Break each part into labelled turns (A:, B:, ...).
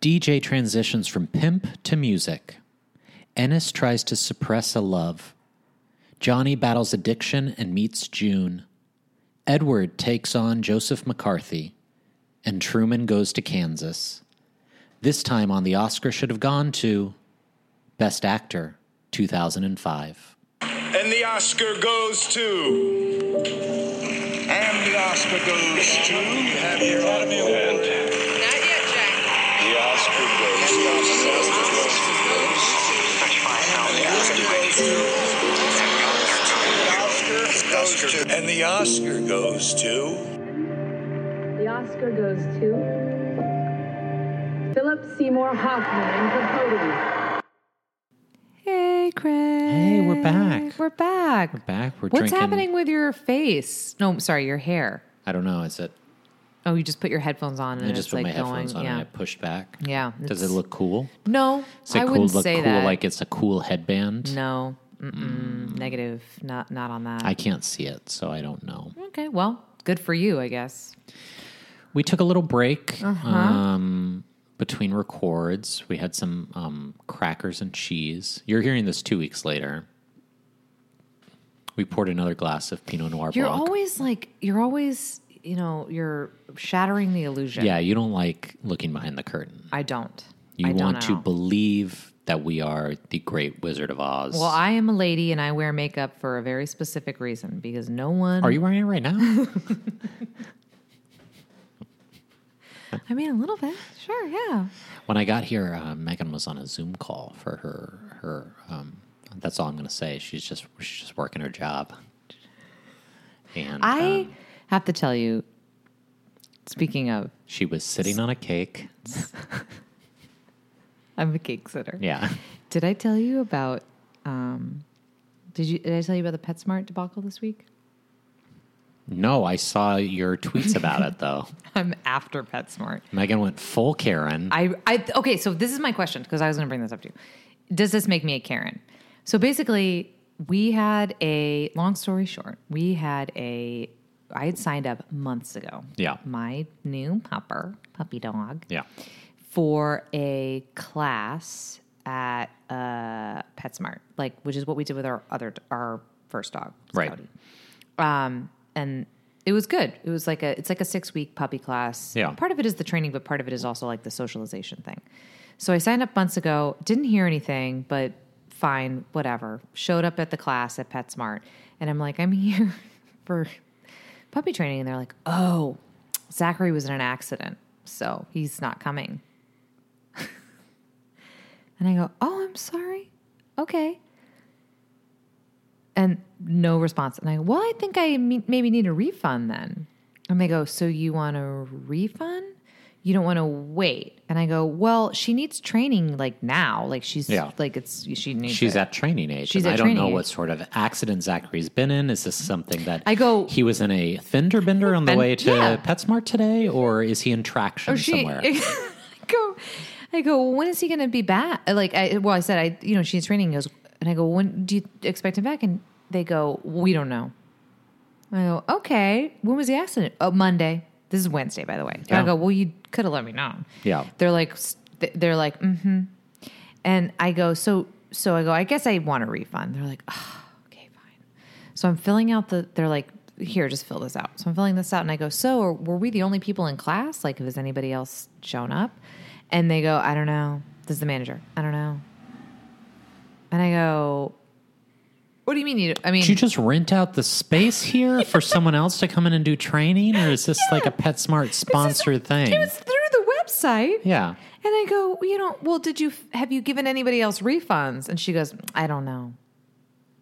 A: DJ transitions from pimp to music. Ennis tries to suppress a love. Johnny battles addiction and meets June. Edward takes on Joseph McCarthy. And Truman goes to Kansas. This time on the Oscar should have gone to Best Actor 2005.
B: And the Oscar goes to.
C: And the Oscar goes to you have your Academy Award.
D: Not yet, Jack.
B: The Oscar goes to. The Oscar goes to.
C: Oscar goes to. And the Oscar goes to.
E: The Oscar goes to Philip Seymour Hoffman and the podium.
F: Hey, Craig.
A: Hey, we're back.
F: We're back. We're
A: back. We're
F: What's
A: drinking-
F: happening with your face? No, I'm sorry, your hair.
A: I don't know, is it?
F: Oh, you just put your headphones on and
A: I just
F: it's
A: put
F: like
A: my
F: going.
A: headphones on
F: yeah.
A: and I pushed back.
F: Yeah,
A: Does it
F: it's-
A: look cool?
F: no,
A: Does it
F: I
A: cool
F: wouldn't
A: look
F: say
A: cool
F: that.
A: like it's a cool headband?
F: no, Mm-mm. negative. Not not on that.
A: I can't see it, so I don't know.
F: okay, well, good for you, I guess.
A: We took a little break
F: Uh-huh.
A: um, between records. We had some um, crackers and cheese. You're hearing this two weeks later. We poured another glass of Pinot Noir
F: You're
A: Blanc.
F: always like you're always you know you're shattering the illusion.
A: yeah, you don't like looking behind the curtain.
F: I don't.
A: You
F: I don't
A: want to
F: know.
A: believe that we are the Great Wizard of Oz.
F: Well, I am a lady and I wear makeup for a very specific reason because no one.
A: are you wearing it right now?
F: I mean, a little bit. Sure, yeah.
A: When I got here, uh, Megan was on a Zoom call for her her. Um, that's all I'm going to say. She's just she's just working her job. And
F: I
A: um,
F: have to tell you, speaking of,
A: she was sitting on a cake.
F: I'm a cake sitter.
A: Yeah,
F: Did I tell you about? Um, did you? Did I tell you about the PetSmart debacle this week?
A: no, I saw your tweets about it though.
F: I'm after PetSmart.
A: Megan went full Karen.
F: I, I okay. So this is my question because I was going to bring this up to you. Does this make me a Karen? So basically, we had a long story short. We had a. I had signed up months ago.
A: Yeah.
F: My new pupper, puppy dog.
A: yeah,
F: for a class at uh, PetSmart, like which is what we did with our other our first dog,
A: Right.
F: Scouty. Um, and it was good. It was like a it's like a six week puppy class.
A: Yeah.
F: part of it is the training, but part of it is also like the socialization thing. So I signed up months ago. Didn't hear anything, but fine, whatever. Showed up at the class at PetSmart, and I'm like, I'm here for puppy training, and they're like, oh, Zachary was in an accident, so he's not coming. And I go, Oh, I'm sorry. Okay. And no response. And I go, Well, I think I me- maybe need a refund then. And they go, So you want a refund? You don't want to wait. And I go, Well, she needs training like now. Like she's
A: Yeah.
F: like, it's, she needs
A: she's
F: it.
A: at training age.
F: She's
A: and
F: at
A: I don't
F: training
A: know
F: age.
A: what sort of accident Zachary's been in. Is this something that
F: I go-
A: He was in a fender bender on the
F: Ben-
A: way to
F: yeah.
A: PetSmart today, or is he in traction
F: or she,
A: somewhere?
F: I go, I go. When is he going to be back? Like, I well, I said, I you know, she's training. He goes, and I go, when do you expect him back? And they go, we don't know. I go, okay. When was the accident? Oh, Monday. This is Wednesday, by the way. And
A: Yeah.
F: I go, well, you could have let me know.
A: Yeah.
F: They're like, s- they're like, mm-hmm. And I go, so, so I go, I guess I want a refund. They're like, oh, okay, fine. So I'm filling out the, they're like, here, just fill this out. So I'm filling this out and I go, so are, were we the only people in class? Like, has anybody else shown up? And they go, I don't know. This is the manager. I don't know. And I go, what do you mean? You, I mean,
A: Did you just rent out the space here for someone else to come in and do training, or is this like a PetSmart sponsored thing?
F: It was through the website.
A: yeah.
F: And I go, you know, well, did you have you given anybody else refunds? And she goes, I don't know.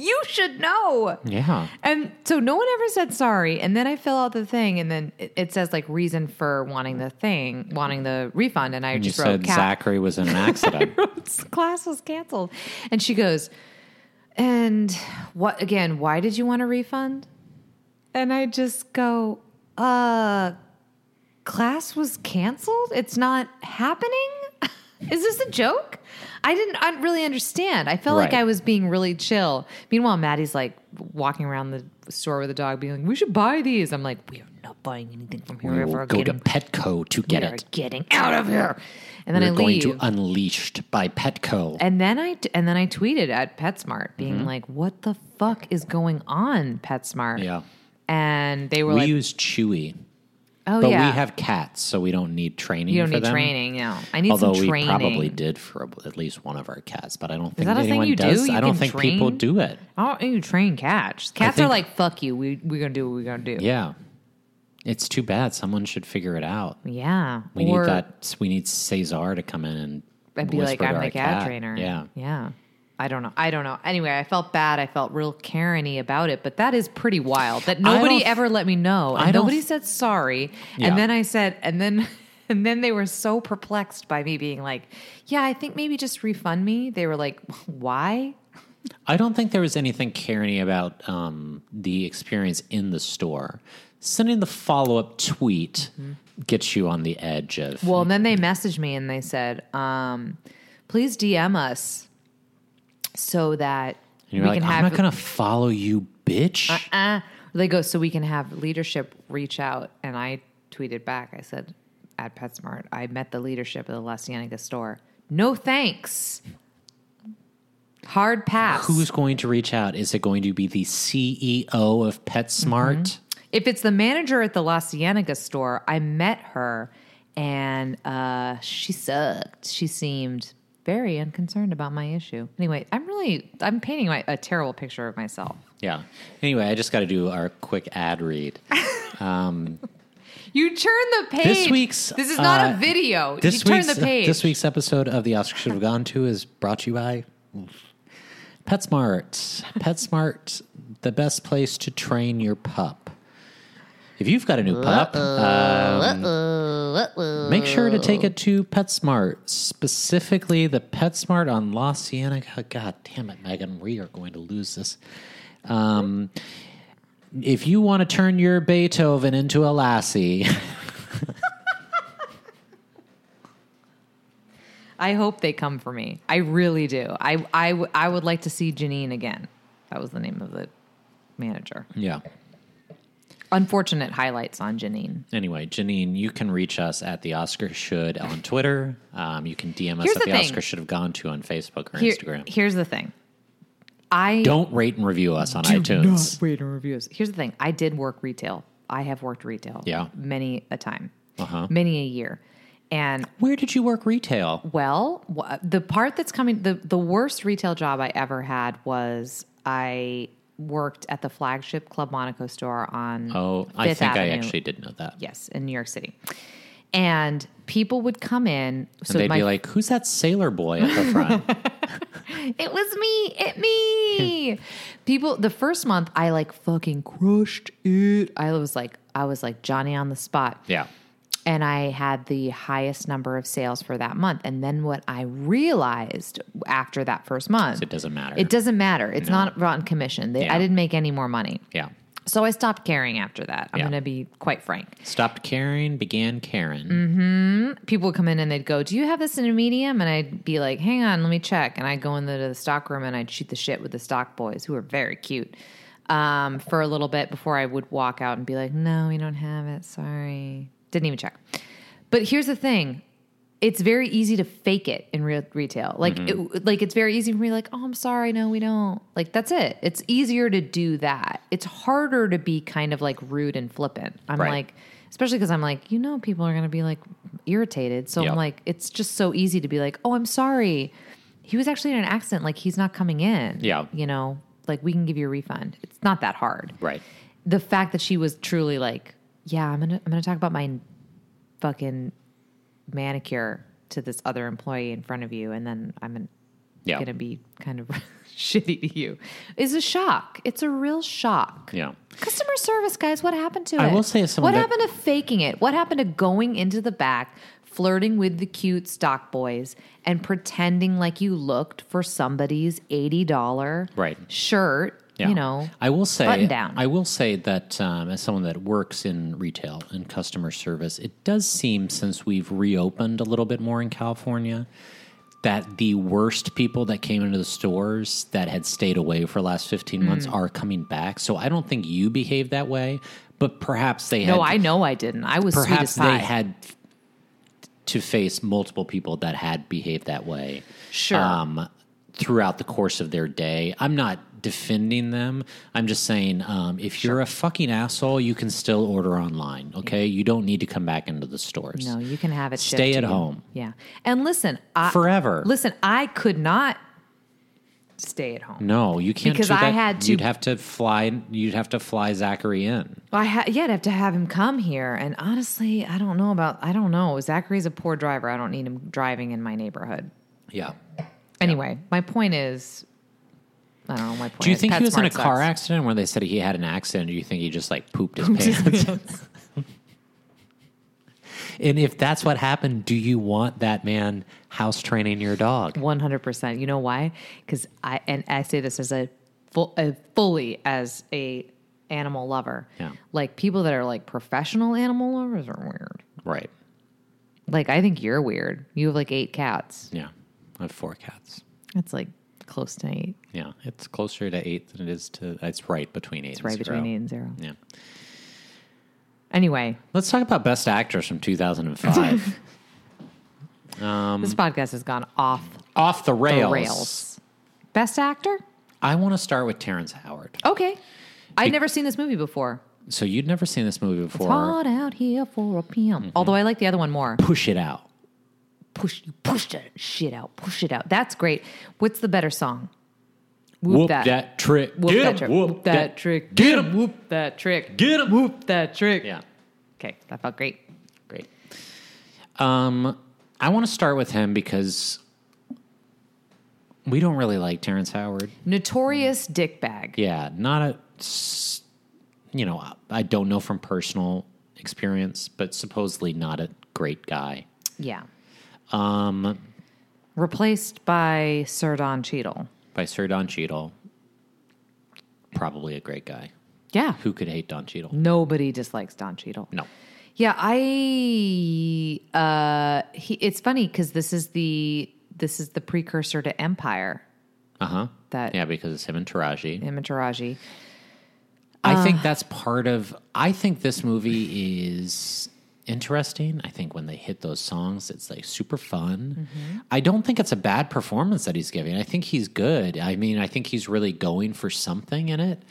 F: you should know.
A: Yeah.
F: And so no one ever said sorry. And then I fill out the thing, and then it, it says like reason for wanting the thing, wanting the refund. And I
A: You
F: just
A: said
F: wrote cap-
A: Zachary was in an accident.
F: class was canceled. And she goes, And what again, why did you want a refund? And I just go, Uh, class was canceled? It's not happening? Is this a joke? I didn't I didn't really understand. I felt like
A: Right.
F: I was being really chill. Meanwhile, Maddie's like walking around the store with a dog, being like, We should buy these. I'm like, We have not buying anything from here
A: We
F: ever
A: will go to
F: again.
A: Petco to get
F: we are
A: it.
F: getting out of here. And then
A: We're
F: I
A: going
F: leave.
A: to Unleashed by Petco.
F: and then I t- and then I tweeted at PetSmart being
A: Mm-hmm.
F: like, "What the fuck is going on, PetSmart?"
A: Yeah.
F: And they were
A: we
F: like,
A: use Chewy,
F: "Oh
A: but
F: yeah,
A: we have cats, so we don't need training.
F: you don't
A: for
F: need
A: them.
F: training. No, I need
A: Although
F: some
A: we
F: training.
A: probably did for a- at least one of our cats, but I don't think
F: that a thing
A: anyone
F: you do?
A: does.
F: You
A: I don't
F: can
A: think people
F: train?
A: do it.
F: I don't think Oh, you train cats. Cats
A: think-
F: are like, "Fuck you. We we're gonna do what we're gonna do."
A: Yeah, it's too bad. Someone should figure it out.
F: Yeah.
A: We
F: or,
A: need that. We need Cesar to come in and
F: I'd be like,
A: whisper to
F: I'm
A: our
F: the cat,
A: cat.
F: trainer.
A: Yeah,
F: Yeah. I don't know. I don't know. Anyway, I felt bad. I felt real Karen about it, but that is pretty wild that nobody
A: don't-
F: ever let me know.
A: I
F: And
A: don't-
F: nobody said sorry.
A: Yeah.
F: And then I said, and then, and then they were so perplexed by me being like, yeah, I think maybe just refund me. They were like, why?
A: I don't think there was anything Karen about um, the experience in the store. Sending the follow up tweet gets you on the edge of.
F: Mm-hmm. Well, and then they messaged me and they said, um, please DM us so that
A: and you're
F: we
A: like,
F: can
A: I'm
F: have
A: not gonna follow you, bitch.
F: uh, they go, so we can have leadership reach out. And I tweeted back, I said, at PetSmart, I met the leadership of the Las Cienega store. No thanks. Hard pass.
A: Who's going to reach out? Is it going to be the CEO of PetSmart?
F: if it's the manager at the Las Cienega store, I met her and uh, she sucked. She seemed very unconcerned about my issue. Anyway, I'm really, I'm painting my, a terrible picture of myself.
A: Yeah. Anyway, I just got to do our quick ad read.
F: You turn the page.
A: This week's
F: This is not
A: uh,
F: a video.
A: This
F: you turn
A: week's uh,
F: the page.
A: this week's episode of the Oscar should have gone to is brought to you by PetSmart. PetSmart, the best place to train your pup. If you've got a new pup, um, make sure to take it to PetSmart, specifically the PetSmart on La Cienega. God damn it, Megan, we are going to lose this. Um, if you want to turn your Beethoven into a lassie,
F: I hope they come for me. I really do. I, I, w- I would like to see Janine again. That was the name of the manager.
A: yeah.
F: Unfortunate highlights on Janine.
A: Anyway, Janine, you can reach us at the Oscar Should on Twitter. Um, you can DM us
F: Here's
A: at the,
F: the thing.
A: Oscar Should Have Gone to on Facebook or
F: Here-
A: Instagram.
F: Here's the thing. I
A: Don't rate and review us on iTunes.
F: wait on reviews. Here's the thing. I did work retail. I have worked retail.
A: Yeah.
F: Many a time.
A: Uh-huh.
F: Many a year. And
A: Where did you work retail?
F: Well, wh- the part that's coming, the, the worst retail job I ever had was I worked at the flagship Club Monaco store on.
A: Oh, I
F: Fifth
A: think I
F: Avenue.
A: actually did know that.
F: Yes, in New York City. And people would come in. So
A: and they'd
F: my,
A: be like, "Who's that sailor boy at the front?"
F: it was me, it me. people, the first month, I like fucking crushed it. I was like, I was like Johnny on the spot.
A: yeah,
F: and I had the highest number of sales for that month. And then what I realized after that first month,
A: it doesn't matter.
F: It doesn't matter. It's not on commission. They,
A: Yeah.
F: I didn't make any more money,
A: yeah.
F: so I stopped caring after that. I'm
A: Yeah.
F: going to be quite frank.
A: Stopped caring, began Karen.
F: Mm-hmm. People would come in and they'd go, "Do you have this in a medium?" And I'd be like, "Hang on, let me check." And I'd go into the stock room and I'd shoot the shit with the stock boys, who are very cute. Um, for a little bit before I would walk out and be like, "No, we don't have it. Sorry." Didn't even check. But here's the thing: it's very easy to fake it in real retail. Like,
A: Mm-hmm.
F: it, like it's very easy for me. Like, oh, I'm sorry, no, we don't. Like, that's it. It's easier to do that. It's harder to be kind of like rude and flippant. I'm
A: Right.
F: like, especially because I'm like, you know, people are gonna be like irritated. So
A: Yep.
F: I'm like, it's just so easy to be like, oh, I'm sorry. He was actually in an accident. Like, he's not coming in.
A: Yeah.
F: you know, like we can give you a refund. It's not that hard
A: Right.
F: the fact that she was truly like, yeah, I'm gonna I'm gonna talk about my fucking manicure to this other employee in front of you, and then I'm gonna,
A: Yeah.
F: gonna be kind of shitty to you is a shock. It's a real shock.
A: Yeah.
F: Customer service, guys, what happened to
A: I
F: it?
A: will say as someone
F: what
A: that-
F: happened to faking it? What happened to going into the back, flirting with the cute stock boys, and pretending like you looked for somebody's eighty dollar
A: Right.
F: shirt?
A: Yeah.
F: You know,
A: I will say,
F: button down.
A: I will say that um, as someone that works in retail and customer service, it does seem since we've reopened a little bit more in California that the worst people that came into the stores
F: Mm.
A: that had stayed away for the last 15 months are coming back. So I don't think you behave that way, But perhaps they
F: No,
A: had
F: I know I didn't. I was sweet
A: perhaps
F: as pie.
A: they had to face multiple people that had behaved that way
F: Sure.
A: um, throughout the course of their day i'm not defending them i'm just saying um, if you're a fucking asshole you can still order online okay you don't need to come back into the stores
F: no, you can have it. shipped
A: Stay
F: to
A: at
F: you.
A: home.
F: Yeah, and listen, I,
A: Forever.
F: Listen, I could not stay at home.
A: No, you can't
F: Because
A: do
F: I
A: that.
F: had to-
A: You'd have to fly. You'd have to fly Zachary in.
F: Well, I ha- yeah, I'd have to have him come here. And honestly, I don't know about, I don't know. Zachary's a poor driver. I don't need him driving in my neighborhood.
A: Yeah.
F: Anyway, my point is, I don't know. My point
A: Do you
F: is
A: think he was in
F: PetSmart
A: a car
F: sucks.
A: accident where they said he had an accident? Or do you think he just like pooped his pants? and if that's what happened, do you want that man house training your dog?
F: 100%. You know why? Because I, and I say this as a, full, a fully as a animal lover.
A: Yeah.
F: Like people that are like professional animal lovers are weird.
A: Right.
F: Like I think you're weird. You have like eight cats.
A: Yeah. I have four cats.
F: That's like close to eight.
A: Yeah, it's closer to eight than it is to. It's right between eight.
F: It's right
A: and
F: between eight
A: zero.
F: and zero.
A: Yeah.
F: Anyway,
A: Let's talk about best actress from 2005.
F: This podcast has gone off
A: Off the
F: the
A: rails.
F: rails. Best actor?
A: I want to start with Terrence Howard.
F: Okay. I'd never seen this movie before.
A: So you'd never seen this movie before.
F: Hot out here for a PM. Although I like the other one more.
A: Push it out.
F: Push you push that shit out. Push it out. That's great. What's the better song?
A: Whoop that, trick.
F: Whoop
A: Get
F: that
A: him,
F: trick.
A: Whoop, that,
F: trick.
A: Get him. Whoop.
F: Whoop that trick.
A: Get him. Whoop.
F: Whoop that trick.
A: Yeah.
F: Okay. That felt great.
A: Great. Um, I want to start with him because we don't really like Terrence Howard.
F: Notorious dickbag.
A: Yeah, not a. s- You know, I don't know from personal experience, but supposedly not a great guy.
F: Yeah.
A: Um,
F: Replaced by Sir Don Cheadle.
A: by Sir Don Cheadle, probably a great guy.
F: Yeah.
A: Who could hate Don Cheadle?
F: Nobody dislikes Don Cheadle.
A: No.
F: Yeah, I uh he, it's funny cuz this is the this is the precursor to Empire
A: Uh huh.
F: that
A: Yeah, because it's him and Taraji.
F: him and Taraji. Ah.
A: I think that's part of. I think this movie is interesting. I think when they hit those songs, it's like super fun.
F: Mm-hmm.
A: I don't think it's a bad performance that he's giving. I think he's good. I mean, I think he's really going for something in it.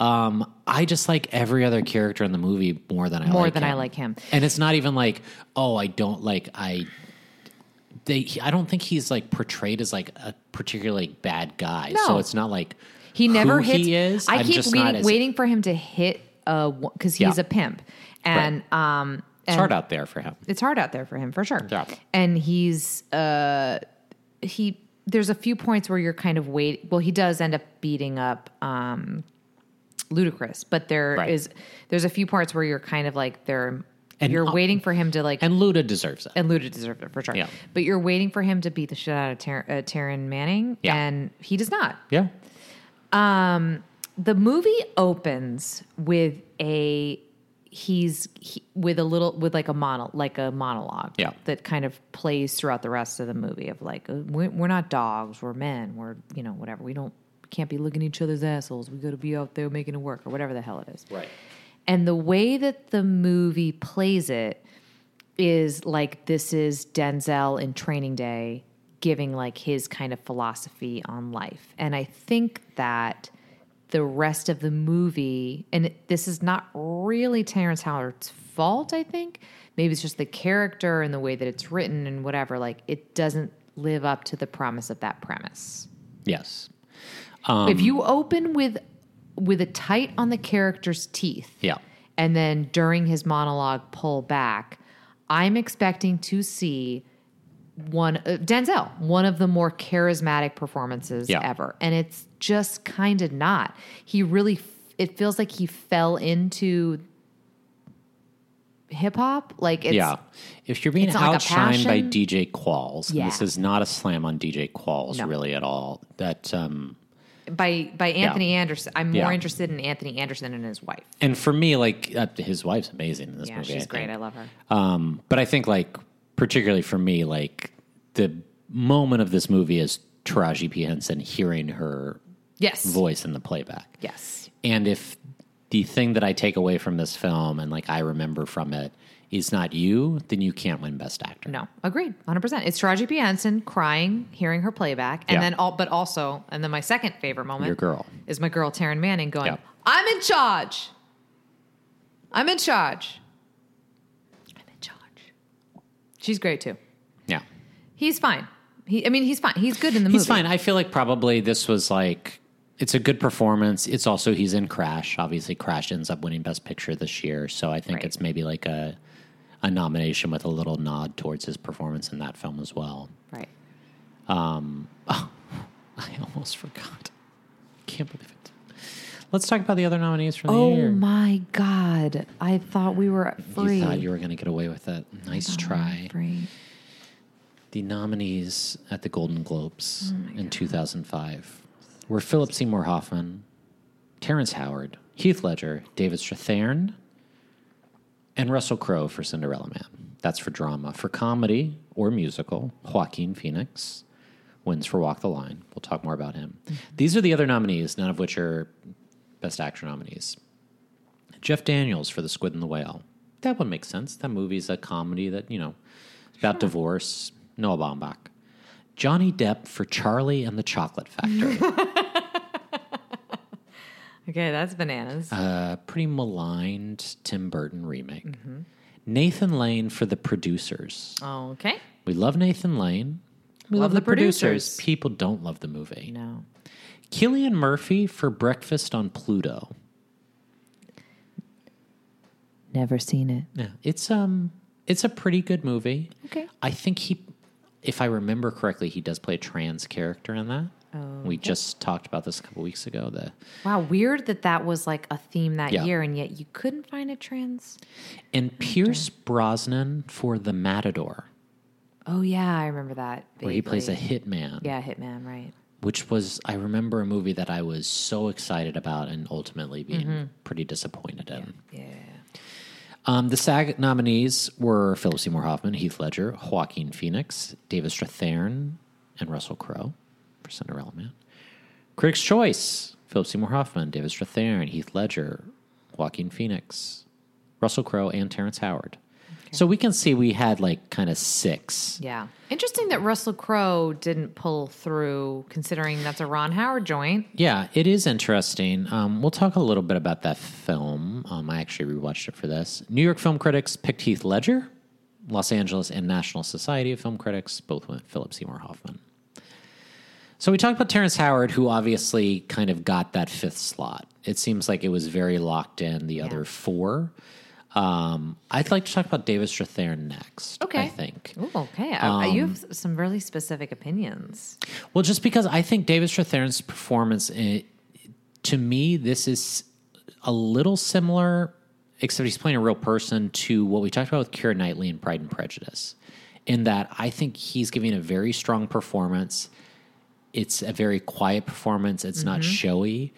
A: Um, I just like every other character in the movie more than I
F: More
A: like
F: than I
A: him.
F: like him.
A: and it's not even like oh I don't like I. They, he- I don't think he's like portrayed as like a particularly bad guy. So
F: No.
A: it's not like
F: He never
A: who
F: hits
A: He is.
F: I
A: I'm
F: keep
A: just not
F: waiting,
A: as
F: waiting for him to hit uh cuz he's
A: Yeah.
F: a pimp. And um
A: It's
F: and
A: hard out there for him.
F: it's hard out there for him for sure.
A: Yeah.
F: And he's uh he there's a few points where you're kind of wait well he does end up beating up um Ludacris, but there is
A: Right.
F: there's a few parts where you're kind of like there
A: And,
F: you're
A: uh,
F: waiting for him to like
A: And Luda deserves it.
F: and Luda deserved it for sure.
A: Yeah.
F: But you're waiting for him to beat the shit out of Tar- uh, Taryn Manning,
A: Yeah.
F: and he does not.
A: yeah.
F: The movie opens with a he's he, with a little with like a mono like a monologue
A: Yeah.
F: that kind of plays throughout the rest of the movie of like uh, we're, we're not dogs we're men we're you know whatever we don't can't be looking at each other's assholes we got to be out there making it work or whatever the hell it is
A: Right.
F: and the way that the movie plays it is like this is Denzel in Training Day giving like his kind of philosophy on life. And I think that the rest of the movie, and it, this is not really Terrence Howard's fault, I think. Maybe it's just the character and the way that it's written and whatever. Like it doesn't live up to the promise of that premise
A: Yes.
F: if you open with with a tight on the character's teeth
A: Yeah.
F: and then during his monologue pull back i'm expecting to see one uh, denzel one of the more charismatic performances
A: Yeah.
F: ever and it's just kind of not he really f- it feels like he fell into hip hop like it's
A: yeah. If you're being
F: it's not like a
A: outshined by
F: passion.
A: DJ Qualls, and
F: Yeah.
A: this is not a slam on DJ Qualls
F: No.
A: really at all. That um
F: by by Anthony Anderson I'm more
A: Yeah.
F: interested in Anthony Anderson and his wife
A: and for me like uh, his wife's amazing in this
F: yeah
A: movie.
F: she's
A: I
F: great
A: think.
F: I love her
A: Um, but I think like particularly for me, like the moment of this movie is Taraji P Henson hearing her
F: yes
A: voice in the playback.
F: yes
A: And if the thing that I take away from this film and like I remember from it is not you, then you can't win Best Actor.
F: No, agreed, hundred percent. It's Taraji P Henson crying, hearing her playback, and
A: Yeah.
F: then all, but also, and then my second favorite moment,
A: Your girl.
F: is my girl Taryn Manning going,
A: Yeah.
F: "I'm in charge. I'm in charge. I'm in charge." She's great too.
A: Yeah.
F: He's fine. He, I mean, he's fine. He's good in the movie.
A: He's fine. I feel like probably this was like it's a good performance. It's also he's in Crash. Obviously, Crash ends up winning Best Picture this year, so I think
F: Right.
A: it's maybe like a a nomination with a little nod towards his performance in that film as well.
F: Right.
A: I almost forgot. Can't believe it. Let's talk about the other nominees from the
F: Oh
A: year.
F: my God! I thought we were free.
A: You thought you were going to get away with it. Nice try.
F: Free.
A: The nominees at the Golden Globes in 2005 were Philip Seymour Hoffman, Terrence Howard, Heath Ledger, David Strathairn, and Russell Crowe for Cinderella Man. That's for drama. For comedy or musical, Joaquin Phoenix wins for Walk the Line. We'll talk more about him. These are the other nominees, none of which are Best Actor nominees. Jeff Daniels for The Squid and the Whale. That would make sense. That movie's a comedy that, you know, it's about divorce. Noah Baumbach. Johnny Depp for Charlie and the Chocolate Factory.
F: Okay, that's bananas.
A: a pretty maligned Tim Burton remake.
F: Mm-hmm.
A: Nathan Lane for The Producers.
F: okay.
A: We love Nathan Lane. We
F: Love The Producers.
A: People don't love the movie.
F: No.
A: Killian Murphy for Breakfast on Pluto.
F: Never seen it.
A: Yeah, it's um, it's a pretty good movie.
F: Okay.
A: I think he, if I remember correctly, he does play a trans character in that.
F: Oh,
A: We just talked about this a couple weeks ago. The
F: Wow, weird that that was like a theme that
A: Yeah.
F: year, and yet you couldn't find a trans.
A: and Pierce Brosnan for The Matador,
F: Oh yeah, I remember that.
A: where he plays a
F: vaguely.
A: hitman.
F: yeah hitman, right?
A: which was I remember a movie that I was so excited about and ultimately being pretty disappointed in.
F: Mm-hmm. Yeah.
A: Um, the SAG nominees were Philip Seymour Hoffman, Heath Ledger, Joaquin Phoenix, David Strathairn, and Russell Crowe for Cinderella Man. Critics' Choice: Philip Seymour Hoffman, David Strathairn, Heath Ledger, Joaquin Phoenix, Russell Crowe, and Terrence Howard. So we can see we had like kind of six.
F: Yeah. Interesting that Russell Crowe didn't pull through, considering that's a Ron Howard joint.
A: Yeah, it is interesting. Um, we'll talk a little bit about that film. Um, I actually rewatched it for this. New York film critics picked Heath Ledger. Los Angeles and National Society of Film Critics both went Philip Seymour Hoffman. So we talked about Terrence Howard, who obviously kind of got that fifth slot. It seems like it was very locked in. The other four. Um, I'd like to talk about David Strathairn next. I
F: Okay.
A: think.
F: Ooh, okay. I- I- you
A: Um,
F: have s- some really specific opinions.
A: Well, just because I think David Strathairn's performance, eh, to me, this is a little similar, except he's playing a real person to what we talked about with Keira Knightley in Pride and Prejudice. In that, I think he's giving a very strong performance. It's a very quiet performance. It's not showy,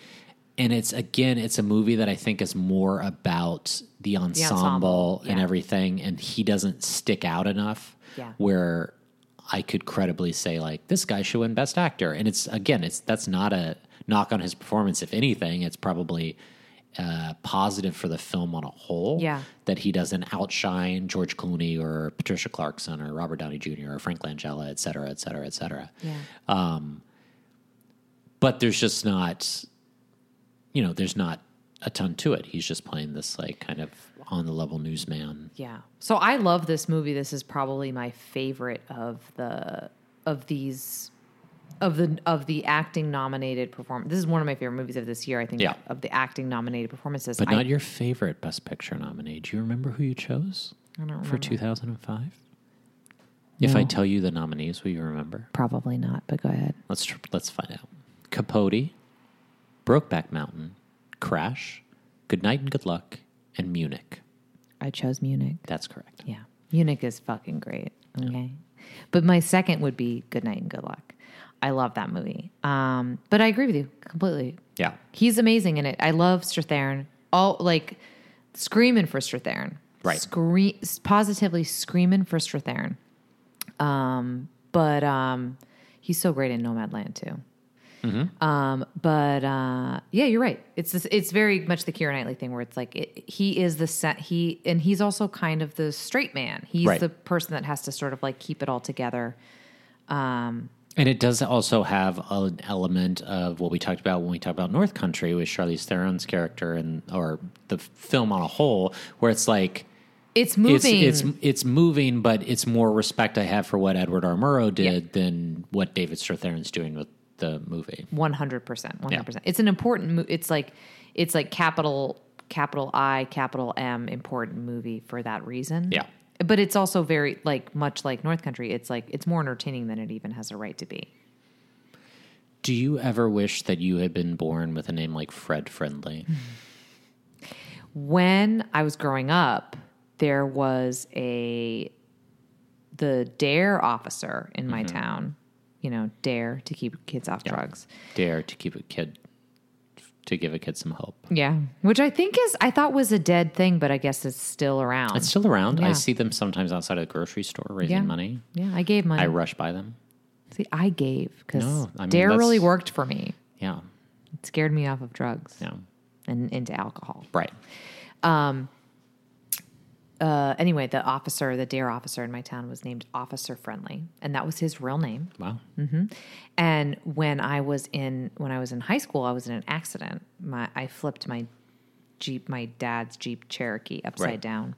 A: and it's again, it's a movie that I think is more about the ensemble,
F: ensemble,
A: and
F: yeah.
A: everything, and he doesn't stick out enough
F: Yeah.
A: where I could credibly say like this guy should win Best Actor, and it's again, it's that's not a knock on his performance. If anything, it's probably uh, positive for the film on a whole.
F: Yeah.
A: that he doesn't outshine George Clooney or Patricia Clarkson or Robert Downey Jr. or Frank Langella, et cetera, et cetera, et cetera.
F: Yeah.
A: But there's just not, you know, there's not a ton to it. He's just playing this like kind of on the level newsman.
F: Yeah. So I love this movie. This is probably my favorite of the of these of the of the acting nominated performance. This is one of my favorite movies of this year. I think
A: Yeah.
F: of the acting nominated performances.
A: But
F: I-
A: not your favorite Best Picture nominee. Do you remember who you chose for 2005? If I tell you the nominees, will you remember?
F: probably not. But go ahead.
A: Let's tr- let's find out. Capote, Brokeback Mountain, Crash, Good Night and Good Luck, and Munich.
F: I chose Munich.
A: That's correct.
F: Yeah. Munich is fucking great. Okay. But my second would be Good Night and Good Luck. I love that movie. Um, but I agree with you completely.
A: Yeah.
F: He's amazing in it. I love Strathairn. All like screaming for Strathairn.
A: Right.
F: Scree- positively screaming for Strathairn. Um, but um, he's so great in Nomadland too. Um, but uh, yeah, you're right. It's this, it's very much the Keira Knightley thing where it's like it, he is the set he and he's also kind of the straight man. He's
A: Right.
F: the person that has to sort of like keep it all together. Um,
A: And it does also have an element of what we talked about when we talked about North Country with Charlize Theron's character and or the film on a whole, where it's like
F: it's moving.
A: it's it's it's moving, but it's more respect I have for what Edward R. Murrow did than what David Strathairn's doing with the movie.
F: One hundred percent. One hundred percent. It's an important. Mo- it's like it's like capital capital I capital M important movie for that reason.
A: Yeah.
F: But it's also very like much like North Country. It's like it's more entertaining than it even has a right to be.
A: Do you ever wish that you had been born with a name like Fred Friendly?
F: Mm-hmm. When I was growing up, there was a the Dare officer in my
A: Mm-hmm.
F: town. You know, Dare to keep kids off drugs.
A: Dare to keep a kid to give a kid some hope.
F: Yeah, which I think is I thought was a dead thing, but I guess it's still around.
A: It's still around. I
F: Yeah.
A: see them sometimes outside of the grocery store raising
F: Yeah.
A: money.
F: yeah, I gave money.
A: I rush by them.
F: See, I gave because
A: No, I mean,
F: Dare
A: that's-
F: really worked for me.
A: Yeah.
F: It scared me off of drugs
A: Yeah.
F: and into alcohol.
A: Right.
F: Uh, anyway, the officer, the Dare officer in my town was named Officer Friendly, and that was his real name.
A: Wow.
F: And when I was in when I was in high school, I was in an accident. My I flipped my Jeep, my dad's Jeep Cherokee upside
A: Right.
F: down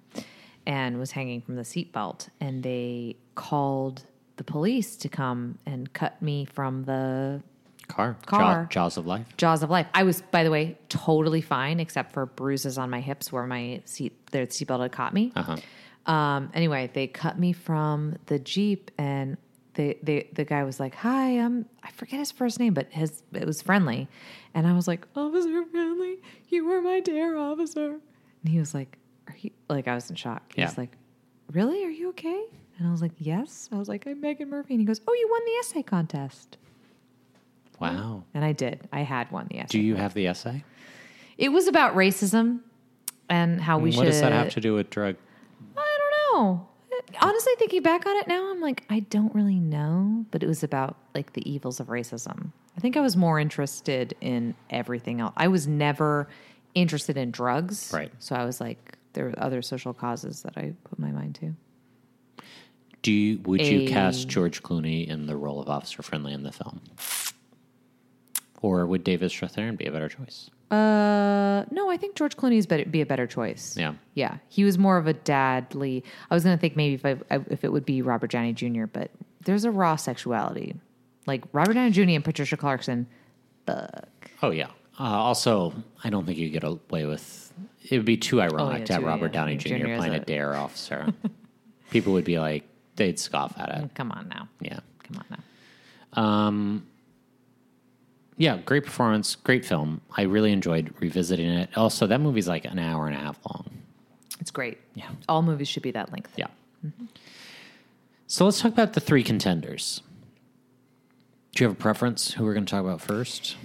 F: and was hanging from the seatbelt and they called the police to come and cut me from the
A: Car.
F: Car.
A: Jaw- jaws of life.
F: Jaws of Life. I was, by the way, totally fine except for bruises on my hips where my seat their seatbelt had caught me.
A: Uh-huh.
F: Um, anyway, they cut me from the jeep, and they, they the guy was like, "Hi, I'm I forget his first name, but his it was friendly," and I was like, "Officer Friendly, you were my dare officer," and he was like, "Are you like?" I was in shock. He
A: Yeah.
F: was like, "Really? Are you okay?" And I was like, "Yes." I was like, "I'm Megan Murphy," and he goes, "Oh, you won the essay contest."
A: Wow.
F: And I did. I had won the essay.
A: Do you have the essay?
F: It was about racism and how we
A: Mm, what
F: should.
A: does that have to do with drug?
F: I don't know. Honestly, thinking back on it now, I'm like, I don't really know. But it was about like the evils of racism. I think I was more interested in everything else. I was never interested in drugs,
A: Right.
F: So I was like, there were other social causes that I put my mind to.
A: Do you, would you
F: A-
A: cast George Clooney in the role of Officer Friendly in the film? Or would David Strathairn be a better choice?
F: Uh, no, I think George Clooney's better, be a better choice.
A: Yeah.
F: yeah, he was more of a dadly. I was gonna think maybe if I, I- if it would be Robert Downey Jr., but there's a raw sexuality, like Robert Downey Jr. and Patricia Clarkson. Fuck.
A: Oh yeah. Uh, also, I don't think you get away with. It would be too ironic
F: Oh, yeah,
A: to have
F: too,
A: Robert
F: yeah.
A: Downey Jr.
F: Jr. as
A: playing a,
F: a-
A: dare officer. People would be like, they'd scoff at it.
F: Come on now.
A: Yeah.
F: Come on now.
A: Yeah, great performance, great film. I really enjoyed revisiting it. Also, that movie's like an hour and a half long.
F: It's great. Yeah. All movies should be that length.
A: Yeah. Mm-hmm. So let's talk about the three contenders. Do you have a preference who we're going to talk about first?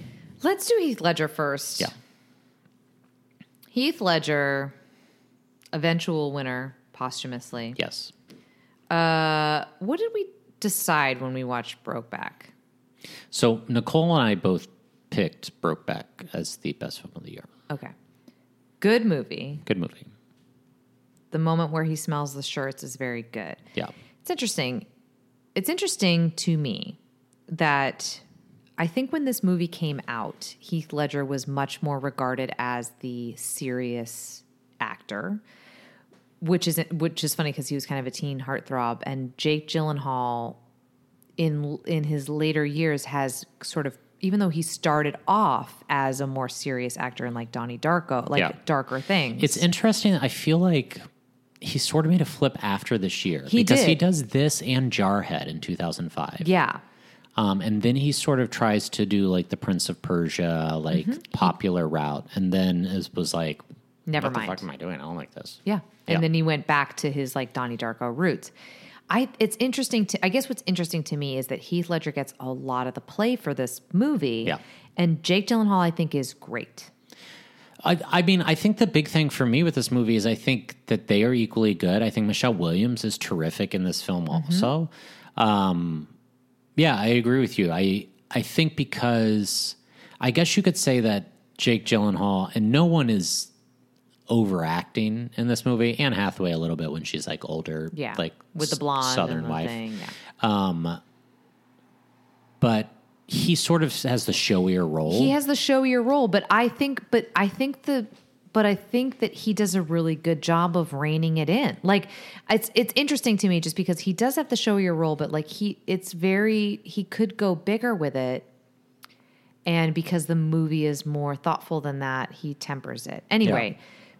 F: Let's do Heath Ledger first.
A: Yeah.
F: Heath Ledger, eventual winner posthumously.
A: Yes.
F: What did we decide when we watched Brokeback?
A: So Nicole and I both picked Brokeback as the best film of the year.
F: Okay. Good movie.
A: Good movie.
F: The moment where he smells the shirts is very good.
A: Yeah.
F: It's interesting. It's interesting to me that I think when this movie came out, Heath Ledger was much more regarded as the serious actor, which is which is funny because he was kind of a teen heartthrob, and Jake Gyllenhaal in in his later years has sort of even though he started off as a more serious actor in like Donnie Darko, like
A: Yeah.
F: darker things.
A: It's interesting. I feel like he sort of made a flip after this year
F: He
A: because he
F: did.
A: does this and Jarhead in 2005.
F: yeah.
A: Um, and then he sort of tries to do like the Prince of Persia, like
F: Mm-hmm.
A: popular route, and then is, was like,
F: Never
A: "What
F: mind.
A: the fuck am I doing? I don't like this."
F: Yeah. And
A: Yeah.
F: then he went back to his like Donnie Darko roots. I it's interesting to I guess what's interesting to me is that Heath Ledger gets a lot of the play for this movie.
A: Yeah.
F: And Jake Gyllenhaal I think is great.
A: I, I mean, I think the big thing for me with this movie is I think that they are equally good. I think Michelle Williams is
F: Mm-hmm.
A: terrific in this film, also. Um, yeah, I agree with you. I I think because I guess you could say that Jake Gyllenhaal and no one is overacting in this movie. Anne Hathaway a little bit when she's like older,
F: Yeah.
A: like
F: with the
A: s-
F: blonde and
A: Southern
F: the
A: wife. Um,
F: thing, yeah.
A: But he sort of has the showier role.
F: He has the showier role, but I think, but I think the, but I think that he does a really good job of reining it in. Like, it's it's interesting to me just because he does have the showier role, but like he, it's very he could go bigger with it, and because the movie is more thoughtful than that, he tempers it anyway.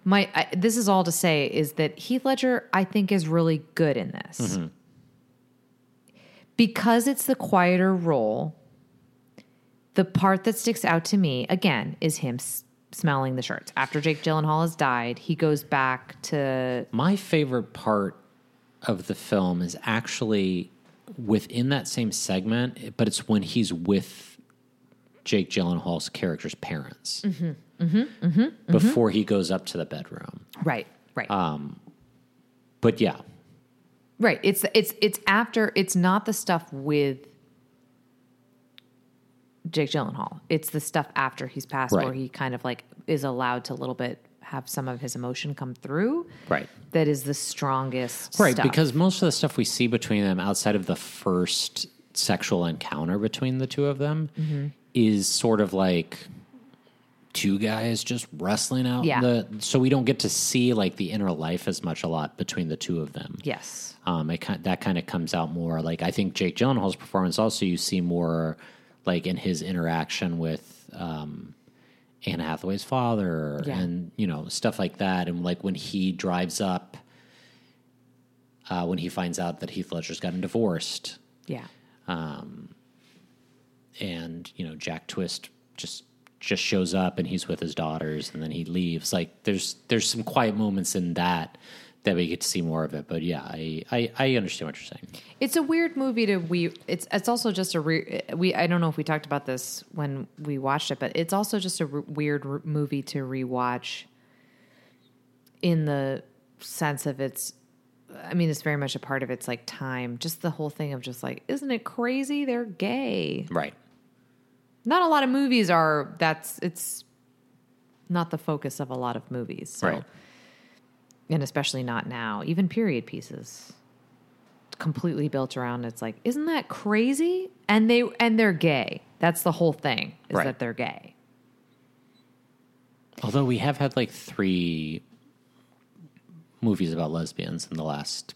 F: My I, this is all to say is that Heath Ledger I think is really good in this. Because it's the quieter role, the part that sticks out to me again is him s- smelling the shirts. After Jake Gyllenhaal has died, he goes back to
A: My favorite part of the film is actually within that same segment, but it's when he's with Jake Gyllenhaal's character's parents Mm-hmm. before he goes up to the bedroom.
F: right, right,
A: But yeah,
F: right. It's it's it's after. It's not the stuff with Jake Gyllenhaal. It's the stuff after he's passed,
A: Right.
F: where he kind of like is allowed to a little bit have some of his emotion come through.
A: Right.
F: That is the strongest.
A: right.
F: stuff.
A: Because most of the stuff we see between them outside of the first sexual encounter between the two of them is sort of like two guys just wrestling out
F: Yeah.
A: the so we don't get to see like the inner life as much a lot between the two of them.
F: yes,
A: um, it kind that kind of comes out more. Like I think Jake Gyllenhaal's performance also you see more like in his interaction with um, Anne Hathaway's father
F: Yeah.
A: and you know stuff like that, and like when he drives up uh, when he finds out that Heath Ledger's gotten divorced,
F: yeah,
A: and you know Jack Twist just just shows up and he's with his daughters and then he leaves like there's there's some quiet moments in that that we get to see more of it but yeah I I, I understand what you're saying
F: It's a weird movie to we. It's it's also just a re, we. I don't know if we talked about this when we watched it, but it's also just a re- weird re- movie to rewatch. In the sense of it's, I mean, it's very much a part of its like time. Just the whole thing of just like, isn't it crazy? They're gay.
A: right
F: Not a lot of movies are. That's it's not the focus of a lot of movies. So.
A: Right.
F: And especially not now. Even period pieces completely built around it's like isn't that crazy and they and they're gay that's the whole thing is
A: Right.
F: that they're gay
A: Although we have had like three movies about lesbians in the last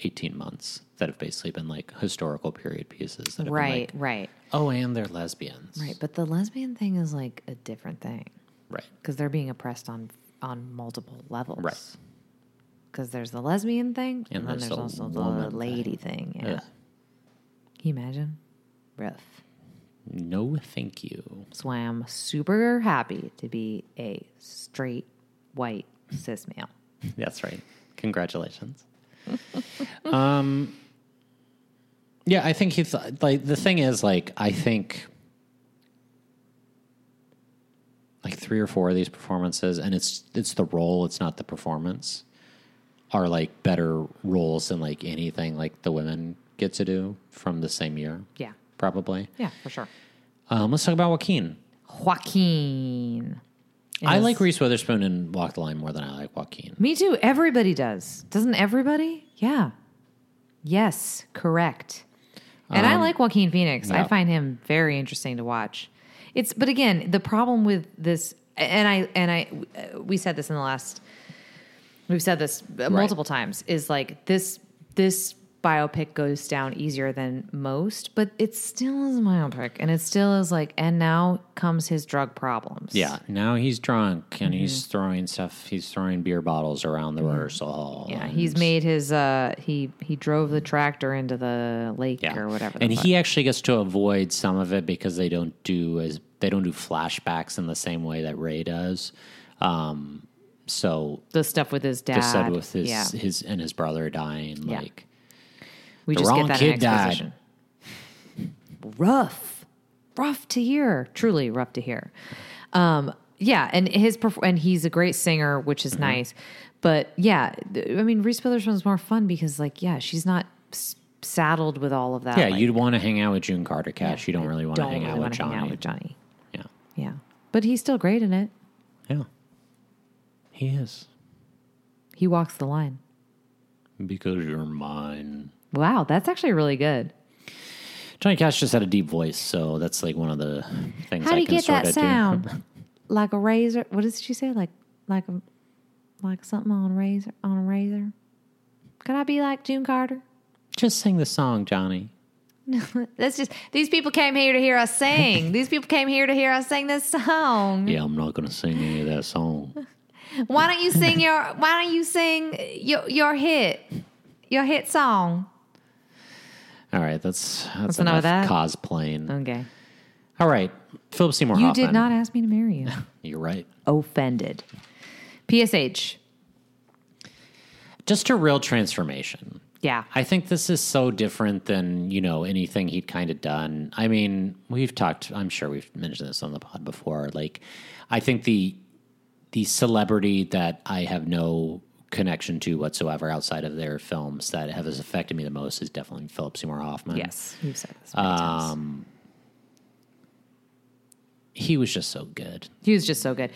A: 18 months that have basically been like historical period pieces that have
F: right
A: been like,
F: right
A: oh, and they're lesbians.
F: right but the lesbian thing is like a different thing
A: Right.
F: because they're being oppressed on on multiple levels
A: Right.
F: because there's the lesbian thing and, then
A: there's
F: there's
A: the
F: also
A: woman
F: the
A: thing.
F: lady thing, yeah
A: Ugh.
F: can you imagine rough
A: No, thank you.
F: so i'm super happy to be a straight white cis male
A: That's right. Congratulations. um, yeah, I think he thought like the thing is like I think like three or four of these performances, and it's it's the role, it's not the performance, are like better roles than like anything like the women get to do from the same year.
F: Yeah.
A: probably.
F: yeah for sure
A: Um, let's talk about Joaquin.
F: joaquin
A: I
F: Yes.
A: like Reese Witherspoon and Walk the Line more than I like Joaquin.
F: Me too. Everybody does. Doesn't everybody? Yeah. Yes, correct. And I like Joaquin Phoenix.
A: Um, yeah.
F: I find him very interesting to watch. It's but again, the problem with this and I and I uh, we said this in the last we've said this uh, multiple times is like this this biopic goes down easier than most, but it still is a biopic and it still is like and now comes his drug problems.
A: Yeah, now he's drunk and he's throwing stuff. He's throwing beer bottles around the rehearsal.
F: Mm-hmm. Yeah,
A: and-
F: he's made his uh he he drove the tractor into the lake
A: yeah.
F: or whatever. the
A: And
F: fuck.
A: he actually gets to avoid some of it because they don't do as they don't do flashbacks in the same way that Ray does. Um, so
F: the stuff with his dad.
A: the said with his
F: yeah.
A: his and his brother dying,
F: Yeah.
A: like
F: we
A: the
F: just
A: wrong
F: get that
A: kid
F: in
A: died.
F: exposition. Rough. Rough to hear. Truly rough to hear. Um yeah, and his perf- and he's a great singer, which
A: Mm-hmm.
F: is nice. But yeah, th- I mean Reese Witherspoon's more fun because like yeah, she's not s- saddled with all of that.
A: yeah,
F: like,
A: you'd want to hang out with June Carter Cash. you don't really want to
F: don't
A: hang
F: really
A: out with
F: wanna
A: Johnny.
F: hang out with Johnny.
A: Yeah.
F: Yeah, but he's still great in it.
A: Yeah. He is.
F: He walks the line.
A: Because you're mine.
F: Wow, that's actually really good.
A: Johnny Cash just had a deep voice, so that's like one of the things
F: How
A: I
F: do you
A: can
F: get
A: sort
F: that
A: of do.
F: sound? like a razor. What did she say? Like like a like something on razor on a razor. Could I be like June Carter?
A: just sing the song, Johnny.
F: That's just these people came here to hear us sing. these people came here to hear us sing this song.
A: Yeah, I'm not going to sing any of that song.
F: Why don't you sing your Why don't you sing your your hit your hit song?
A: All right, that's that's,
F: enough
A: enough
F: of that.
A: cosplaying.
F: Okay,
A: All right, Philip Seymour
F: you
A: Hoffman.
F: did not ask me to marry you.
A: You're right.
F: Offended. PSH.
A: Just a real transformation.
F: Yeah.
A: I think this is so different than, you know, anything he'd kind of done. I mean, we've talked, I'm sure we've mentioned this on the pod before. Like, I think the the celebrity that I have no connection to whatsoever outside of their films that have has affected me the most is definitely Philip Seymour Hoffman. Um,
F: Yes, you've said this. Many
A: Uh,
F: times.
A: He was just so good.
F: He was just so good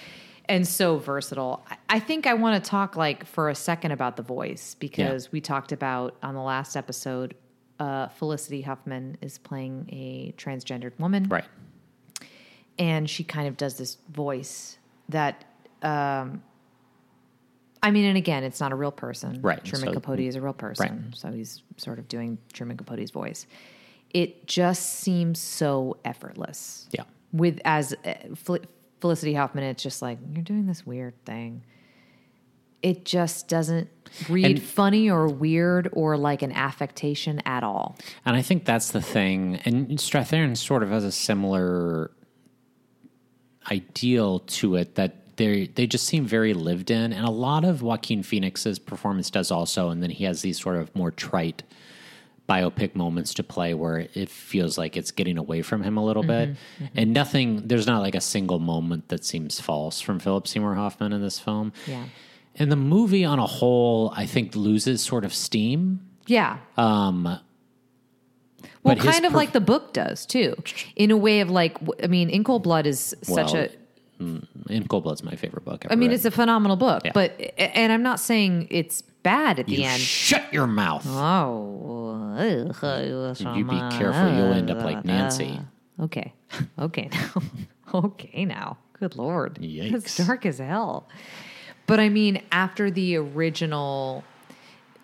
F: and so versatile. I- I think I want to talk like for a second about the voice because we talked about on the last episode. Uh, Felicity Huffman is playing a transgendered woman,
A: Right.
F: and she kind of does this voice that, um, I mean, and again, it's not a real person.
A: Right,
F: Truman
A: so-
F: Capote is a real person, so he's sort of doing Truman Capote's voice. It just seems so effortless
A: Yeah.
F: with as uh, Fel- Felicity Hoffman, it's just like you're doing this weird thing. It just doesn't read
A: And-
F: funny or weird or like an affectation at all.
A: And I think that's the thing. And Strathairn sort of has a similar ideal to it that they they just seem very lived in. And a lot of Joaquin Phoenix's performance does also. And then he has these sort of more trite biopic moments to play where it feels like it's getting away from him a little bit. And nothing, there's not like a single moment that seems false from Philip Seymour Hoffman in this film.
F: Yeah.
A: And the movie on a whole, I think, loses sort of steam.
F: Yeah.
A: Um,
F: well,
A: but his
F: kind of
A: perf-
F: like the book does too, in a way of like w- I mean, In Cold Blood is such
A: Well, hmm,
F: a
A: In Cold Blood's my favorite book. I've
F: I mean,
A: read.
F: it's a phenomenal book,
A: Yeah.
F: but and I'm not saying it's bad at the
A: You
F: end.
A: shut your mouth.
F: oh, ugh,
A: you be careful. You'll end up
F: uh,
A: like Nancy.
F: Ah, Okay. Okay now. okay now. Good lord. It's
A: Yikes.
F: dark as hell. But I mean, after the original,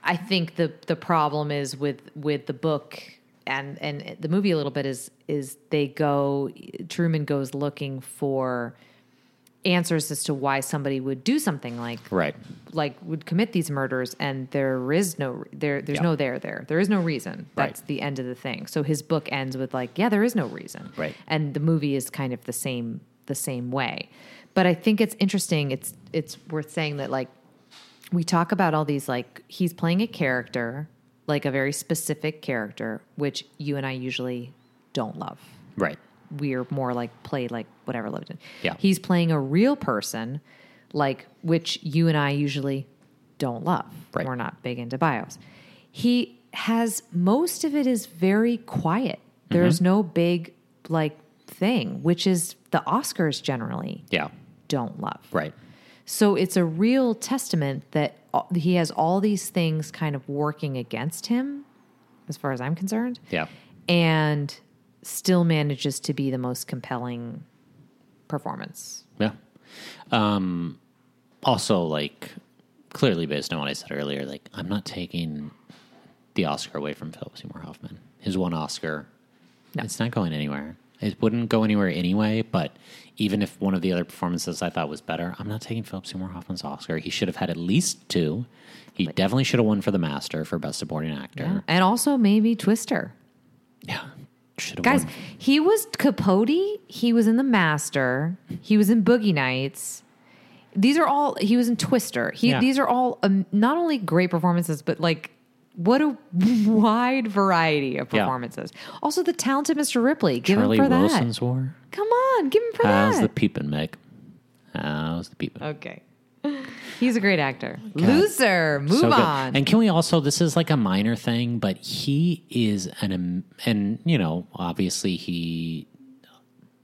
F: I think the the problem is with with the book and and the movie a little bit is is they go Truman goes looking for answers as to why somebody would do something like
A: Right.
F: like would commit these murders and there is no there there's
A: Yeah.
F: no there there there is no reason
A: Right.
F: that's the end of the thing so his book ends with like yeah there is no reason
A: Right.
F: and the movie is kind of the same the same way but i think it's interesting it's it's worth saying that like we talk about all these like he's playing a character like a very specific character which you and i usually don't love
A: Right.
F: we're more like play like whatever lived in.
A: Yeah.
F: He's playing a real person, like which you and I usually don't love.
A: Right.
F: We're not big into bios. He has most of it is very quiet.
A: Mm-hmm.
F: There's no big like thing, which is the Oscars generally
A: Yeah.
F: don't love.
A: Right.
F: So it's a real testament that all- he has all these things kind of working against him, as far as I'm concerned
A: Yeah.
F: and still manages to be the most compelling performance.
A: Yeah. Um, also, like, clearly based on what I said earlier, like, I'm not taking the Oscar away from Philip Seymour Hoffman. His one Oscar. It's not going anywhere. It wouldn't go anywhere anyway, but even if one of the other performances I thought was better, I'm not taking Philip Seymour Hoffman's Oscar. He should have had at least two. He definitely should have won for The Master for Best Supporting Actor.
F: And also maybe Twister.
A: Yeah. Should have
F: Guys,
A: won.
F: he was Capote, he was in The Master, he was in Boogie Nights. These are all he was in Twister. He
A: Yeah.
F: these are all um, not only great performances but like what a wide variety of
A: Yeah.
F: performances. Also the talented Mr. Ripley, give
A: Charlie
F: him for
A: Wilson's War.
F: that. Come on, give him for
A: How's the
F: that.
A: peeping, Meg? How's the peeping?
F: okay. He's a great actor. Loser. Move
A: So good.
F: on.
A: And can we also? This is like a minor thing, but he is an am- and you know obviously he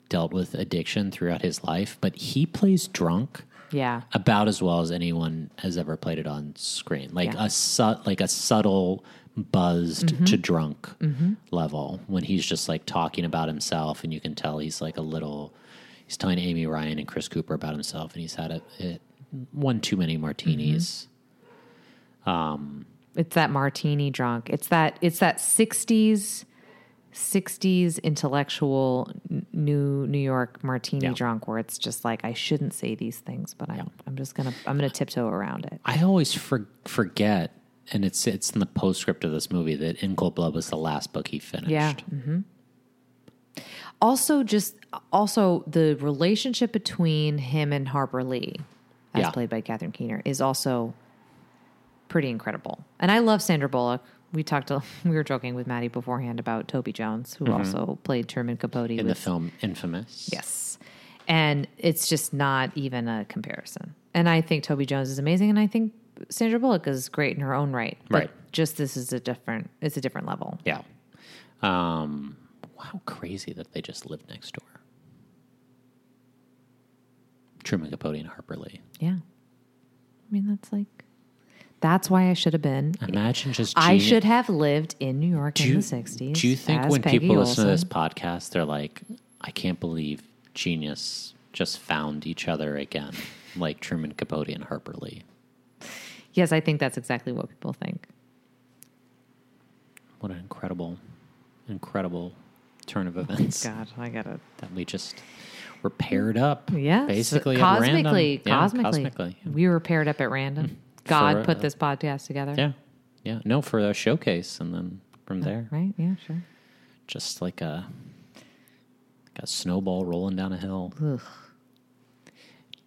A: dealt with addiction throughout his life, but he plays drunk
F: yeah.
A: about as well as anyone has ever played it on screen. Like
F: Yeah. Mm-hmm.
A: a su- like a subtle buzzed to drunk level when he's just like talking about himself and you can tell he's like a little he's telling Amy Ryan and Chris Cooper about himself and he's had a, a- one too many
F: Mm-hmm.
A: martinis.
F: It's that martini drunk. It's that it's that 60s 60s intellectual n- new New York martini
A: Yeah.
F: drunk where it's just like I shouldn't say these things, but I'm I'm just going to I'm going to tiptoe around it.
A: I always for- forget and it's it's in the postscript of this movie that In Cold Blood was the last book he finished.
F: Yeah. hmm Also, just also the relationship between him and Harper Lee, as
A: Yeah.
F: played by Catherine Keener, is also pretty incredible. And I love Sandra Bullock. We talked. A, we were joking with Maddie beforehand about Toby Jones, who also played Truman Capote
A: Mm-hmm. In the
F: with
A: film Infamous.
F: Yes. And it's just not even a comparison. And I think Toby Jones is amazing and I think Sandra Bullock is great in her own right. But
A: Right.
F: just this is a different it's a different level.
A: Yeah. Um, wow, crazy that they just lived next door. Truman Capote and Harper Lee.
F: Yeah. I mean that's like that's why I should have been.
A: Imagine just.
F: I
A: Gene-
F: should have lived in New York
A: Do
F: in
A: you-
F: the sixties.
A: Do you think when people listen to this podcast, they're like, "I can't believe genius just found each other again," like Truman Capote and Harper Lee?
F: Yes, I think that's exactly what people think.
A: What an incredible, incredible turn of events
F: Oh God, I gotta
A: that we just were paired up.
F: Yeah.
A: basically at random.
F: cosmically,
A: Yeah,
F: cosmically.
A: cosmically. yeah.
F: We were paired up at random. God
A: For,
F: put
A: uh,
F: this podcast together.
A: Yeah. Yeah. No, for a showcase and then from there.
F: Right? Yeah, sure.
A: Just like a like a snowball rolling down a hill.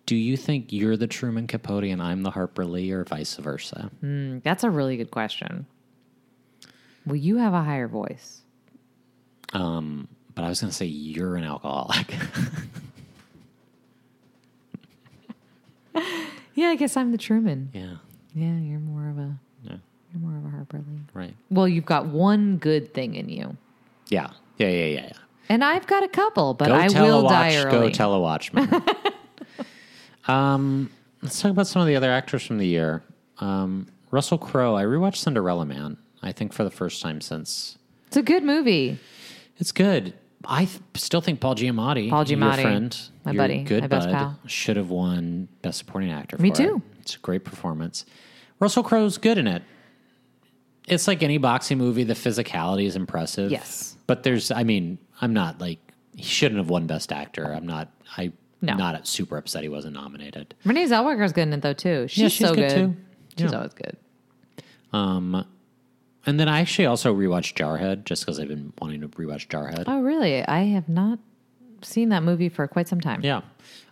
A: Do you think you're the Truman Capote and I'm the Harper Lee or vice versa?
F: Mm-hmm. That's a really good question. Well, you have a higher voice.
A: Um, But I was gonna say you're an alcoholic.
F: Yeah, I guess I'm the Truman.
A: yeah.
F: Yeah, you're more of a
A: Yeah.
F: you're more of a Harper Lee.
A: Right.
F: Well, you've got one good thing in you,
A: Yeah. Yeah, yeah, yeah, yeah.
F: and I've got a couple, but
A: Go
F: I will die
A: telewatch,
F: early.
A: go telewatchman. um let's talk about some of the other actors from the year. Um Russell Crowe, I rewatched Cinderella Man, I think for the first time since
F: it's a good movie.
A: It's good. I th- still think Paul Giamatti,
F: Paul
A: your
F: Giamatti,
A: friend,
F: my
A: your
F: buddy,
A: good
F: my best
A: bud,
F: pal.
A: should have won Best Supporting Actor.
F: Me
A: for
F: too.
A: it. It's a great performance. Russell Crowe's good in it. It's like any boxing movie. The physicality is impressive.
F: Yes.
A: but there's. I mean, I'm not like he shouldn't have won Best Actor. I'm not. I
F: No.
A: not super upset he wasn't nominated.
F: Renee Zellweger's good in it though too. She's,
A: Yeah, she's
F: so
A: good,
F: good.
A: too.
F: She's
A: Yeah.
F: always good.
A: And then I actually also rewatched Jarhead just because I've been wanting to rewatch Jarhead.
F: Oh, really? I have not seen that movie for quite some time.
A: Yeah.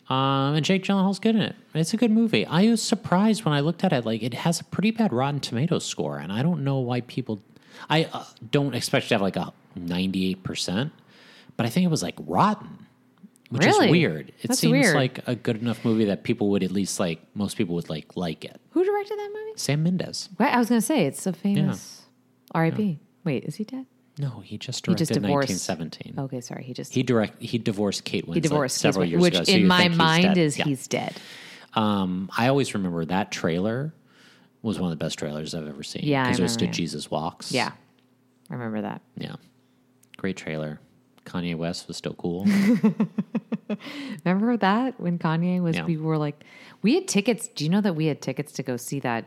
A: Um, and Jake Gyllenhaal's good in it. It's a good movie. I was surprised when I looked at it. Like, it has a pretty bad Rotten Tomatoes score, and I don't know why people. I uh, don't expect it to have like a ninety-eight percent, but I think it was like rotten, which
F: Really?
A: is weird. It
F: That's
A: seems
F: weird.
A: like a good enough movie that people would at least like. Most people would like like it.
F: Who directed that movie?
A: Sam Mendes.
F: Wait, I was going to say it's a famous R.I.P. Wait, is he dead?
A: No, he just
F: He
A: directed
F: just divorced-
A: nineteen seventeen.
F: Okay, sorry. He just
A: He direct. He divorced Kate Winslet
F: he divorced
A: several
F: Kate
A: years
F: Winslet, which
A: ago. so
F: in
A: you
F: my
A: think he's dead.
F: mind is
A: Yeah.
F: he's dead.
A: Um, I always remember that trailer was one of the best trailers I've ever seen.
F: Yeah, I
A: because it was to
F: remember, yeah.
A: Jesus Walks.
F: Yeah, I remember that.
A: yeah, great trailer. Kanye West was still cool.
F: Remember that when Kanye was,
A: Yeah.
F: we were like, we had tickets. Do you know that we had tickets to go see that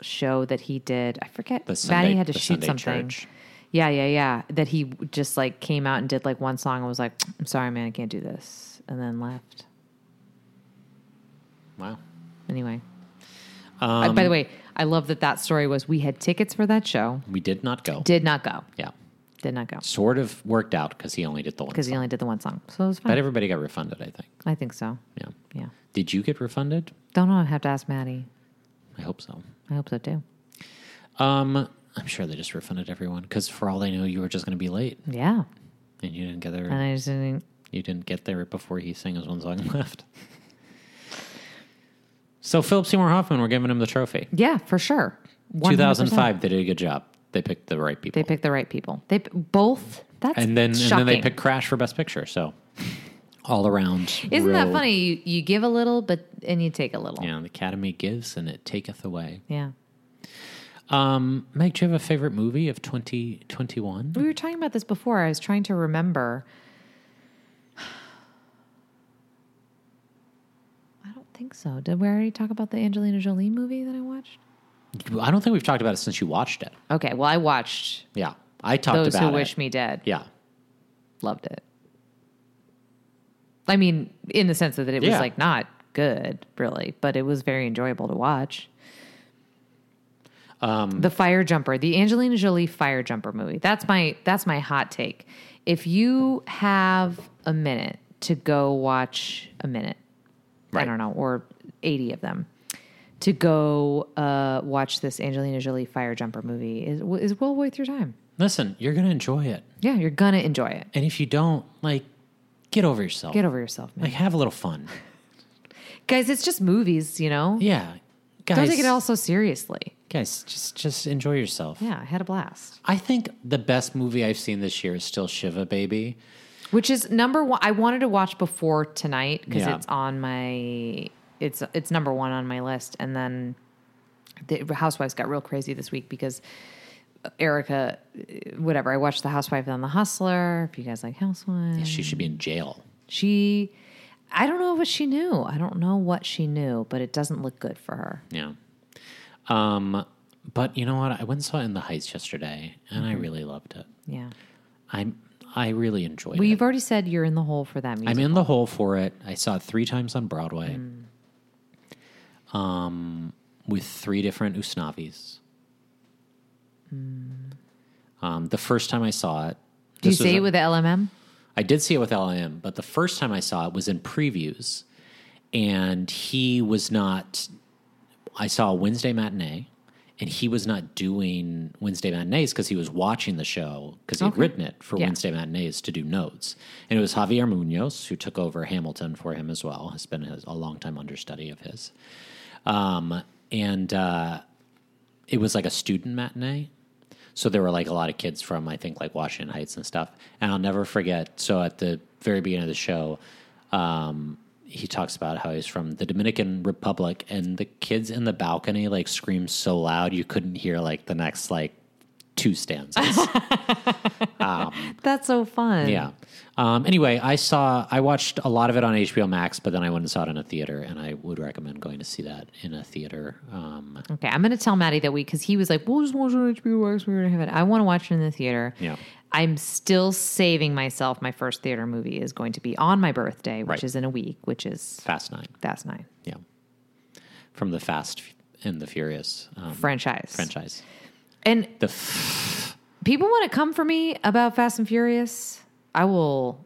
F: show that he did? I forget.
A: The
F: Maddie
A: Sunday-
F: had to
A: the
F: shoot
A: Sunday
F: something.
A: Church.
F: Yeah, yeah, yeah. That he just like came out and did like one song and was like, "I'm sorry, man, I can't do this," and then left.
A: wow.
F: Anyway. I-
A: Um,
F: by the way, I love that that story was we had tickets for that show,
A: We did not go.
F: did not go,
A: yeah,
F: did not go
A: sort of worked out because he only did the one.
F: because he only did the one song, so it was
A: But
F: fine.
A: everybody got refunded. I think.
F: I think so.
A: Yeah.
F: Yeah.
A: Did you get refunded?
F: Don't know. I have to ask Maddie.
A: I hope so.
F: I hope so too.
A: Um, I'm sure they just refunded everyone because for all they knew, you were just going to be late
F: Yeah.
A: and you didn't get there.
F: And I just didn't.
A: You didn't get there before he sang his one song left. So Philip Seymour Hoffman, we're giving him the trophy.
F: Yeah, for sure. 100%.
A: 2005, they did a good job. They picked the right people.
F: They picked the right people. They p- both. That's
A: and then and then
F: shocking.
A: they picked Crash for Best Picture. So all around.
F: Isn't that
A: real-
F: funny? You you give a little, but and you take a little.
A: Yeah, the Academy gives and it taketh away.
F: Yeah.
A: Um, Meg, do you have a favorite movie of 2021?
F: We were talking about this before. I was trying to remember. I don't think so. Did we already talk about the Angelina Jolie movie that I watched?
A: I don't think we've talked about it since you watched it.
F: Okay. Well, I watched
A: Yeah, I talked
F: Those
A: about
F: Who
A: it.
F: Wish Me Dead.
A: Yeah,
F: Loved it. I mean, in the sense that it
A: Yeah.
F: was like not good, really, but it was very enjoyable to watch.
A: Um,
F: the Fire Jumper, the Angelina Jolie Fire Jumper movie. That's my that's my hot take. If you have a minute to go watch a minute, I
A: Right.
F: don't know, or eighty of them, to go uh, watch this Angelina Jolie Fire Jumper movie is is well worth your time.
A: listen, you're gonna enjoy it,
F: Yeah, you're gonna enjoy it.
A: and if you don't, like, get over yourself.
F: Get over yourself, man.
A: Like, have a little fun.
F: guys it's just movies you know
A: Yeah, guys.
F: don't take it all so seriously
A: Guys, just just enjoy yourself.
F: yeah i had a blast
A: I think the best movie I've seen this year is still Shiva Baby.
F: which is number one i wanted to watch before tonight because
A: Yeah.
F: it's on my it's it's number one on my list and then the housewives got real crazy this week because uh, erica uh, whatever i watched the housewife and the hustler if you guys like housewives
A: She should be in jail.
F: she i don't know what she knew i don't know what she knew but it doesn't look good for her
A: Yeah. Um, but you know what? I went and saw In the Heights yesterday, and I really loved it.
F: yeah
A: I'm I really enjoyed
F: well
A: it.
F: you've already said you're in the hole for that musical.
A: I'm in the hole for it. I saw it three times on Broadway, um, Mm. with three different Usnavis. Um, the first time I saw it,
F: do you
A: this was
F: say
A: a-
F: it with the lmm
A: I did see it with LIM, but the first time I saw it was in previews, and he was not. I saw a Wednesday matinee, and he was not doing Wednesday matinees because he was watching the show because he had
F: Okay.
A: written it for
F: Yeah.
A: Wednesday matinees to do notes, and it was Javier Munoz who took over Hamilton for him as well. Has been his, a long time understudy of his, um, and uh, it was like a student matinee. So there were like a lot of kids from I think like Washington Heights and stuff. And I'll never forget. So at the very beginning of the show, um, he talks about how he's from the Dominican Republic, and the kids in the balcony like scream so loud you couldn't hear like the next like two stanzas.
F: That's so fun.
A: yeah. Um, anyway, I saw I watched a lot of it on HBO Max, but then I went and saw it in a theater, and I would recommend going to see that in a theater. Um,
F: Okay, I'm gonna tell Maddie that we because he was like, "We'll just watch it on HBO Max. We're gonna have it." I want to watch it in the theater.
A: Yeah.
F: I'm still saving myself. My first theater movie is going to be on my birthday, which
A: Right.
F: is in a week, which is
A: Fast Nine,
F: Fast Nine
A: yeah, from the Fast and the Furious um,
F: franchise.
A: franchise.
F: And
A: The f-
F: people want to come for me about Fast and Furious. I will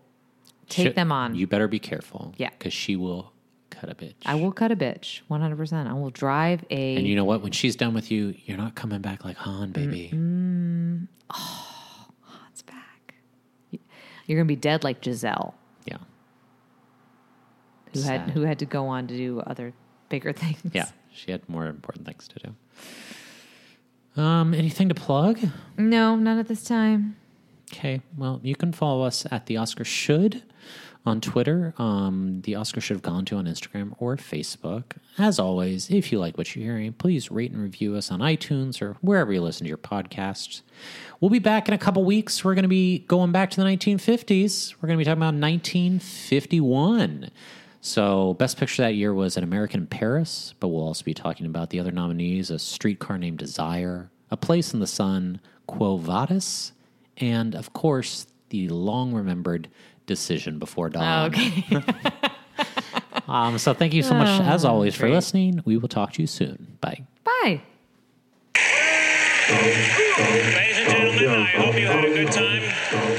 F: take
A: Shit,
F: them on.
A: You better be careful.
F: Yeah.
A: Because she will cut a bitch.
F: I will cut a bitch, 100. percent I will drive a.
A: And you know what? When she's done with you, you're not coming back like Han, baby.
F: it's back. You're gonna be dead like Giselle,
A: Yeah.
F: who had
A: Sad.
F: who had to go on to do other bigger things.
A: Yeah. She had more important things to do. Um, anything to plug?
F: No, not at this time.
A: Okay. Well, you can follow us at the Oscar Should on Twitter, um, the Oscar Should Have Gone To on Instagram or Facebook. As always, if you like what you're hearing, please rate and review us on iTunes or wherever you listen to your podcasts. We'll be back in a couple weeks. We're going to be going back to the 1950s. We're going to be talking about 1951. So, best picture that year was An American in Paris, but we'll also be talking about the other nominees A Streetcar Named Desire, A Place in the Sun, Quo Vadis, and of course, the long remembered Decision Before Dawn.
F: Okay.
A: Um, so, thank you so much, as always, for listening. We will talk to you soon. Bye.
F: Bye.
G: Ladies and gentlemen, I hope you had a good time.